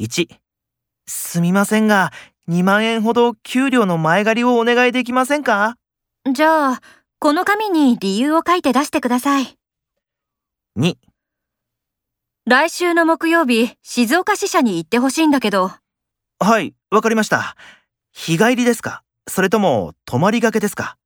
1、すみませんが、2万円ほど給料の前借りをお願いできませんかじゃあ、この紙に理由を書いて出してください。 2、来週の木曜日、静岡支社に行ってほしいんだけど、はい、わかりました。日帰りですかそれとも、泊まりがけですか